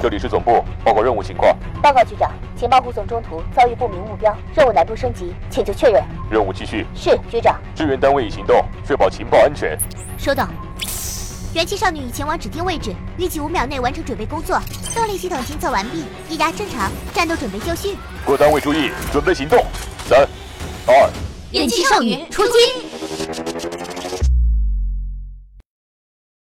这里是总部，报告任务情况。报告局长，情报护送中途遭遇不明目标，任务难度升级，请求确认。任务继续，是，局长。支援单位已行动，确保情报安全。收到。元气少女已前往指定位置，预计五秒内完成准备工作。动力系统检测完毕，液压正常，战斗准备就绪。各单位注意，准备行动。三、二，元气少女出击！